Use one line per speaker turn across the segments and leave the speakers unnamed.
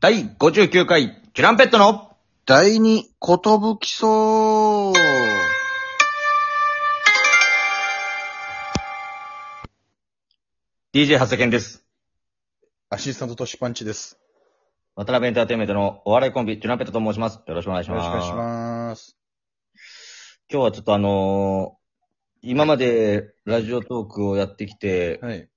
第59回、チュランペットの、
第二、ことぶきそう。
DJ 発見です。
アシスタントとしパンチです。
渡辺エンターテインメントのお笑いコンビ、チュランペットと申します。よろしくお願いし
よろ
ま
し
す。
くお願いします。
今日はちょっとあのー今までラジオトークをやってきて、
はい。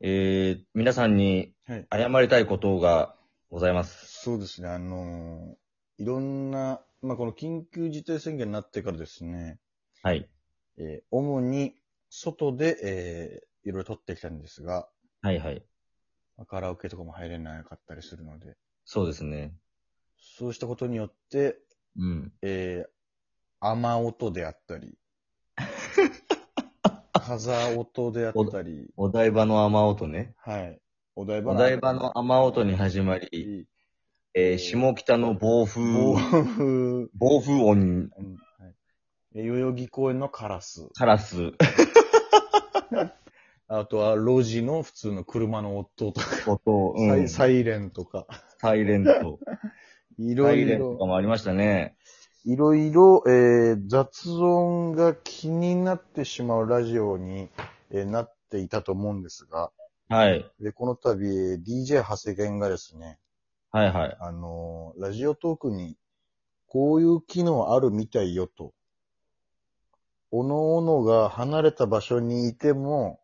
えー、皆さんに
はい
謝りたいことがございます。
そうですね、あのーいろんな、まあ、この緊急事態宣言になってからですね、
はい。
えー主に外で、えーいろいろ撮ってきたんですが、
はいはい。
まあカラオケとかも入れなかったりするので、
そうですね。
そうしたことによって、
うん。
えー、雨音であった り、風音であったり、
お台場の雨音ね。
はい。お台場
お台場の雨音に始まり、
いい
えー、下北の暴風、
暴風、
暴風音、
うんはいえ代々木公園のカラス。
カラス、
あとは、路地の普通の車の音とか、
音、う
サ
ん
イ、サイレンとか、
サイレント。
い
サ
ろ
イ
い
レントとか
ろ、
もありましたね。
いろいろ、えー雑音が気になってしまうラジオに、えーなっていたと思うんですが、
はい。
でこの度、えー DJ 長谷源がですね、
はいはい。
あのーラジオトークに、こういう機能あるみたいよと。おのおのが離れた場所にいても、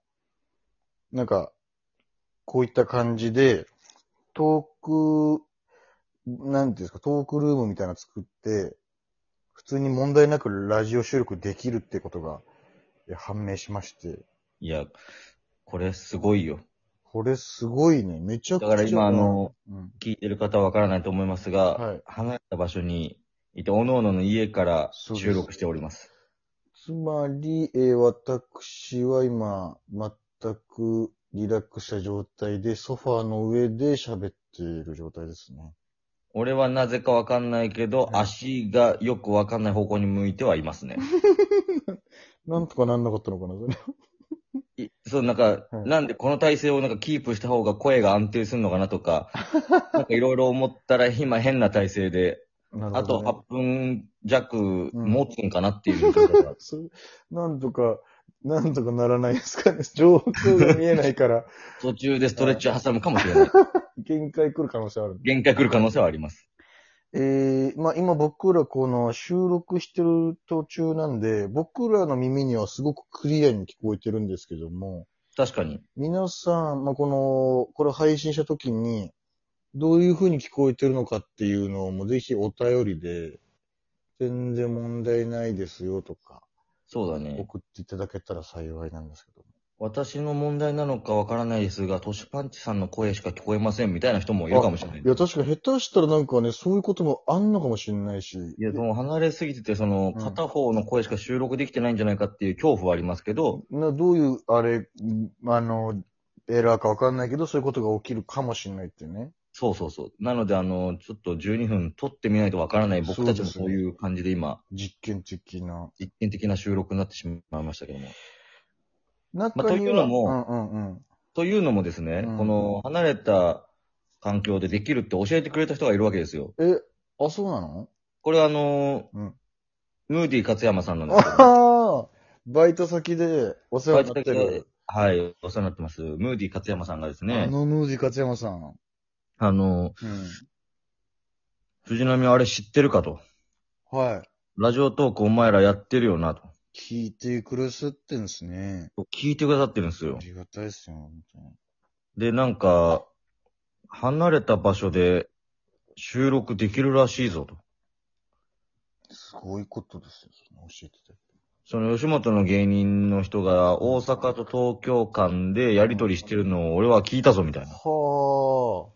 なんか、こういった感じで、トーク、なんていうんですか、トークルームみたいなの作って、普通に問題なくラジオ収録できるってことがえ判明しまして、
いや、これすごいよ。
これすごいね。めちゃくち
だ
ゃ。
から今あの、
うん、
聞いてる方はわからないと思いますが、
はい
離れた場所にいて、おののの家から
そうです
収録しております。
つまり、えー私は今、全くリラックスした状態で、ソファーの上で喋っている状態ですね。
俺はなぜかわかんないけど、
はい
足がよくわかんない方向に向いてはい ますね。
なんとかなんなかったのかなそれ
いそう、なんか、
はい
なんでこの体勢をなんかキープした方が声が安定するのかなと か、なんかいろいろ思ったら今変な体勢で、
な
あ
るほど、ね。
と8分弱
うん
持つんかなっていう状況が。
それなんとか、なんとかならないですかね。 状況が見えないから、
途中でストレッチを挟むかもしれ ない。
限界来る可能性ある。
限界来る可能性はあります。
えー、まあ今僕らこの収録してる途中なんで、僕らの耳にはすごくクリアに聞こえてるんですけども、
確かに。
皆さん、まあ、この、これ配信した時に、どういう風に聞こえてるのかっていうのも、ぜひお便りで、全然問題ないですよとか、
そうだね。
送っていただけたら幸いなんですけど。
私の問題なのかわからないですが、トシパンチさんの声しか聞こえませんみたいな人もいるかもしれない。
いや、確か下手したらなんかね、そういうこともあんのかもしれないし。
いや、でも離れすぎてて、その、
うん
片方の声しか収録できてないんじゃないかっていう恐怖はありますけど、
などういう、あれ、あの、エラーかわかんないけど、そういうことが起きるかもしれないっていうね。
そうそうそう。なので、あの、ちょっと12分撮ってみないとわからない僕たちもそういう感じで今、
実験的な。
実験的な収録になってしまいましたけども。
中
というのも
うんうんうん。
というのもですね、
うん
この離れた環境でできるって教えてくれた人がいるわけですよ。
え、あ、そうなの
これあのー
うん
ムーディ勝山さんなんですけど、
ああ バイト先でお世話になってる。
はい、お世話になってます。ムーディ勝山さんがです
あ
ね、
のムージ勝山さん。
あの
うん。
ー藤波あれ知ってるかと。
はい。
ラジオトークお前らやってるよなと。
聞いてくださってんですね。
聞いてくださってるんです
あ
よ。
りがたいっすよ、本当に。
で、なんか、離れた場所で収録できるらしいぞと。
すごいことですよ、その教えてて。
その吉本の芸人の人が大阪と東京間でやりとりしてるのを俺は聞いたぞみたいな。っ
は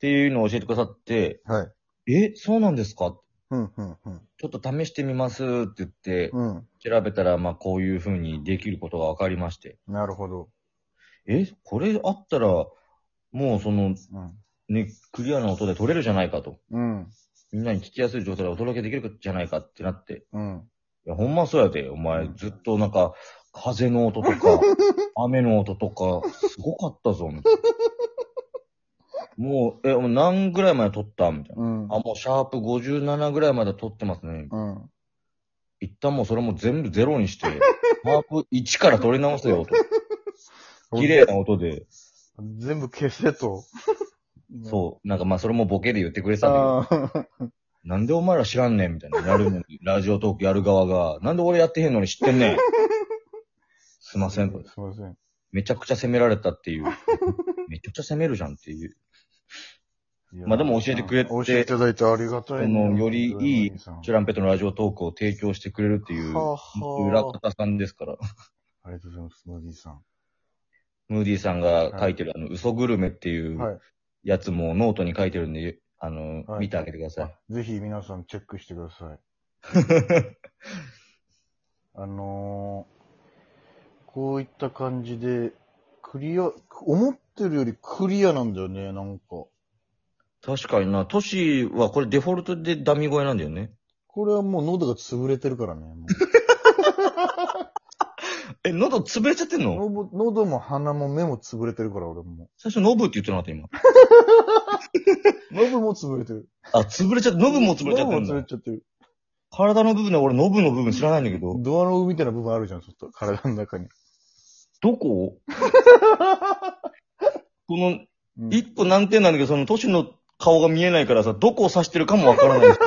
ていうのを教えてくださって、
あ。はい。
え、そうなんですか
うん、うん、うん。
ちょっと試してみますって言って、
うん。
調べたら、まあこういう風にできることが分かりまして。
なるほど。
え、これあったら、もうその、
うん。
ね、クリアな音で撮れるじゃないかと。
うん。
みんなに聞きやすい状態でお届けできるじゃないかってなって。
うん。
いや、ほんまそうやで。お前、ずっとなんか、風の音とか、雨の音とか、すごかったぞ、みたいな。もう、え、もう何ぐらいまで撮ったみたいな。
うん。
あ、もうシャープ57ぐらいまで撮ってますね。
うん。
一旦もうそれも全部ゼロにして、 シャープ1から撮り直せよと。綺麗な音で。
全部消せと。
そう。なんかまあそれもボケで言ってくれてたんだけど、
ああ。
なんでお前ら知らんねんみたいな。やるのに、ラジオトークやる側が、なんで俺やってへんのに知ってんねん。すいません。
すいません。
めちゃくちゃ責められたっていう。 めちゃくちゃ責めるじゃんっていう。
いや
まあでも教えてくれて
教えていただいてありがたいね、
そのよりいい
ジョイマニーさん
チュランペットのラジオトークを提供してくれるっていう、
はあ
裏方さんですから。
ありがとうございます、ムーディさん。
ムーディさんが書いてる、あの、嘘グルメってい
は
う
い。
やつもノートに書いてるんで、あの、
はい
見てあげてください。
ぜひ皆さんチェックしてく ださい。あのー、こういった感じで、クリア、思ってるよりクリアなんだよね、なんか。
確かにな、都市はこれデフォルトでダミ声なんだよね。
これはもう喉が潰れてるからね。も
え、 喉潰れちゃってんの
う喉喉も鼻も目も潰れてるから、俺も。
最初ノブって言ってなかった今。
喉も潰れてる。
あ、潰れちゃって、ノブも潰れちゃってん
喉も潰れ
だ。
ちゃってる。
体の部分で俺ノブの部分知らないんだけど。
ドアノブみたいな部分あるじゃん、ちょっと。体の中に。
どこ この
うん
一個難点なんだけど、その都市の顔が見えないからさ、どこを指してるかもわからないし。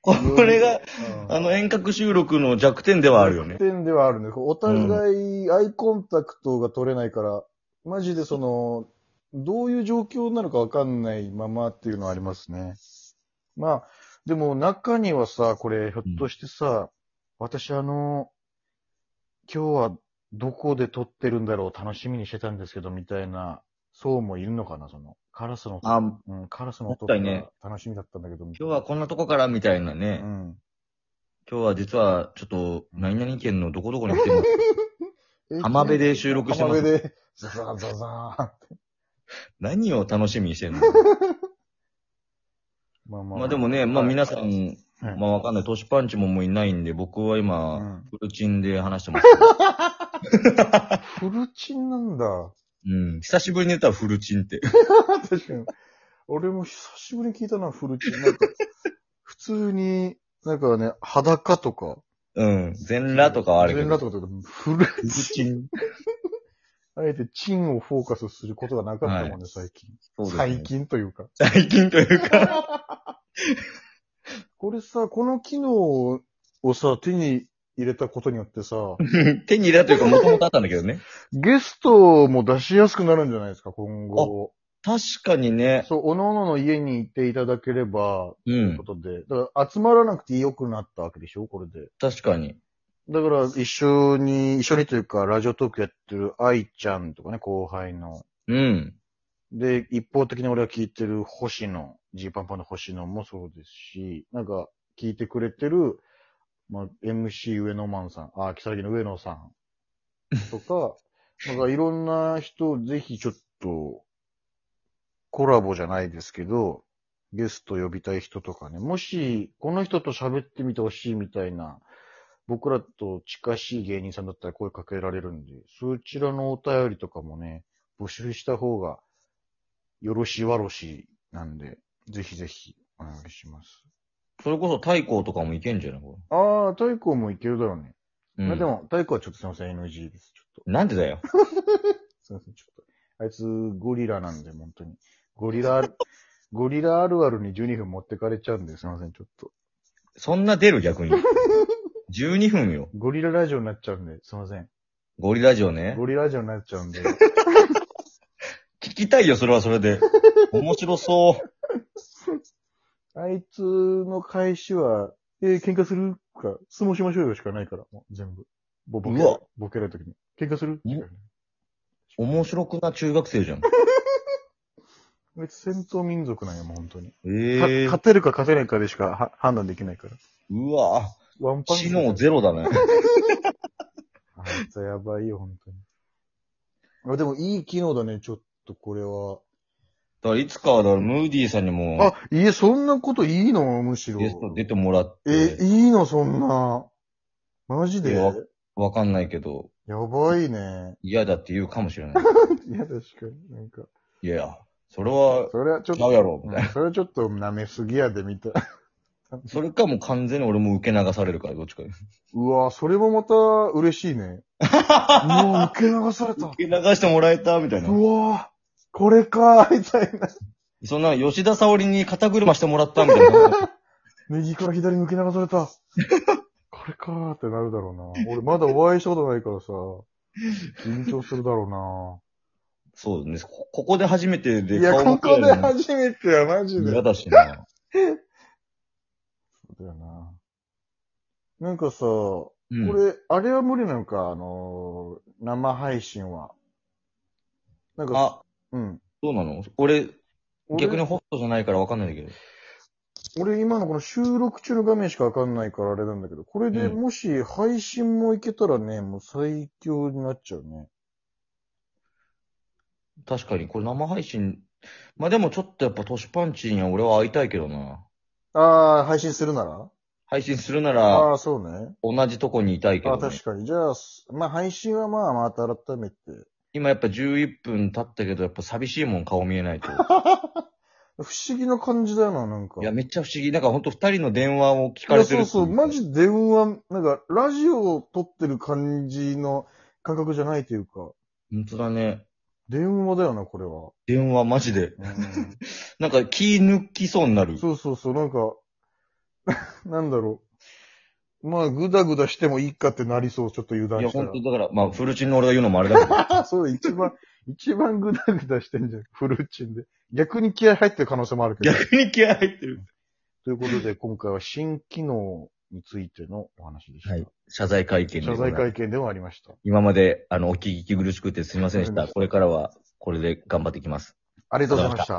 これが、、あの遠隔収録の弱点ではあるよね。
点ではあるね。こうお互いアイコンタクトが取れないから、マジでその、どういう状況なのかわかんないままっていうのはありますね。まあ、でも中にはさ、これ、ひょっとしてさ、私あの、今日はどこで撮ってるんだろう楽しみにしてたんですけど、みたいな、そうもいるのかな、その、カラスの、
あ、
うん、カラスの音
確か
が
にね
楽しみだったんだけど、今
今日は、こんなとこからみたいなね
う。ん。
今日は実は、ちょっと、何々県のどこどこに来てます。
え
浜辺で収録してま
浜
す。
辺で、ザザザザーンって。
何を楽しみにしてん の
まあま
まあでもね、まあ皆さ
はい
ん、
はい
まあわかんない。都市パンチももういないんで、僕は
う
今、
ん
フルチンで話してます けど。
フルチンな んだ。
うん。久しぶりに言ったらフルチンって。
確かに。俺も久しぶりに聞いたな、フルチン。なんか、 普通に、なんかね、裸とか。
うん。全裸とかはあるけど。
全裸とかだけど、フル
フル
チン。
チ ン。
あえてチンをフォーカスすることがなかったもんね、最近。
そうですね
最。近というか。
最近というか。
これさ、この機能をさ、手に入れたことによっ てさ、
手に入れたというか、もともとあったんだけどね。
ゲストも出しやすくなるんじゃないですか、今後。
確かにね。
そう、おののの家に行っていただければ、
う
というんこ。とで、だから集まらなくて良くなったわけでしょこれで。
確かに。
だから一緒に、一緒にというか、ラジオトークやってる愛ちゃんとかね、後輩の。
うん。
で、一方的に俺が聞いてる星野、ジーパンパンの星野もそうですし、なんか聞いてくれてる、まあ、MC 上野マンさん、あ、木更木の上野さんとか、なんかいろんな人、ぜひちょっと、コラボじゃないですけど、ゲスト呼びたい人とかね、もし、この人と喋ってみてほしいみたいな、僕らと近しい芸人さんだったら声かけられるんで、そちらのお便りとかもね、募集した方が、よろしいわろしいなんで、ぜひぜひお願いします。
それこそ太鼓とかもいけんじゃないこ
ああ、太鼓もいけるだろうね。
れ。
まあで
も。
も、太鼓はちょっとすいません、NG です。ちょっと。
なんでだよ。
すいません、ちょっと。あいつ、ゴリラなんで、本当に。ゴ リラ、ゴリラあるあるに12分持ってかれちゃうんで、すいません、ちょっと。
そんな出る 逆に。12分よ。
ゴリララジオになっちゃうんで、すいません。
ゴリラジオね。
ゴリララジオになっちゃう んで。
聞きたいよ、それはそれで。面白そう。
あいつの返しは、えー喧嘩するか、相撲しましょうよしかないから、もう全部。ボボケ
うわ
ボケるときに。喧嘩する
うん面白くな中学生じゃん。
別戦闘民族なんや、もう本当に。か
ええ
勝てるか勝てないかでしかは判断できないから。
うわ
ワンパン
知能ゼロだ ね。
あいつはやばいよ、本当に。あ、でもいい機能だね、ちょっとこれは。
だからいつかは、だからムーディーさんにも、
あ、いえ、そんなこといいのむしろ。
ゲスト出てもらっ
え、
て、
いいのそんな。マジで
いやわかんないけど、
やばいね。
嫌だって言うかもしれない。
いや、確かに。なんか、
いや、それは、
それはちょっ
ちゃう
と、
やろ、みたい
うんそれはちょっと舐めすぎやで、みたい。
な。 それかもう完全に俺も受け流されるから、どっちかです。
うわそれもまた嬉し いね。もう受け流された。
受け流してもらえた、みたいな。
うわこれかみたいな。
そんな、吉田沙織に肩車してもらった、みたい な。
右から左に受け流され た。これかーってなるだろうな。俺まだお会いしたことないからさ、緊張するだろ
そうですね。こここで初めて
うな。
で
いや、ここで
は
初めてや、マジで。
嫌だしな。
そうだよな。なんかさ、こ
うん、
れ、あれは無理なのか、あのー生配信は。なんか、
あ、
うん。
どうなの俺、
俺
逆にホストじゃないから分かんないんだけど。
俺今のこの収録中の画面しかわかんないからあれなんだけど、これで
うん
もし配信もいけたらね、もう最強になっちゃうね。
確かに、これ生配信。まあでもちょっとやっぱトシパンチには俺は会いたいけどな。
ああ、配信するなら
配信するな
あ
ら、
あー、そうね。
同じとこにいたいけ
あ
ど、
あ、
ね
確。かに。じゃあ、すまあ配信はまあまた改めて。
今やっぱ11分経ったけど、やっぱ寂しいもん、顔見え ないと。
不思議な感じだよな、なんか。
いや、めっちゃ不思議。なんかほんと二人の電話を聞かれてる
いやそうそう、マジ電話、なんか、ラジオを撮ってる感じの感覚じゃないというか、
本当だね。
電話だよな、こ れは。
電話マジで。
う
なんか気抜きそうになる
ん、。そうそうそう、なんか、 なんだろう。まあ、ぐだぐだしてもいいかってなりそう、ちょっと油
い
断
や、
した
ほ
ら
んとだから、まあ、フルチンの俺が言うのもあれだけ ど。。
あそう、一番、一番ぐだぐだしてんじゃん、フルーチンで。逆に気合入ってる可能性もあるけど。
逆に気合入ってる。
ということで、今回は新機能についてのお話でした。
はい。謝罪会見で
謝罪会見ではありました。
今まで、あの、お聞き苦しくてすみませんでした。これからは、これで頑張っていきます。
ありがとうございました。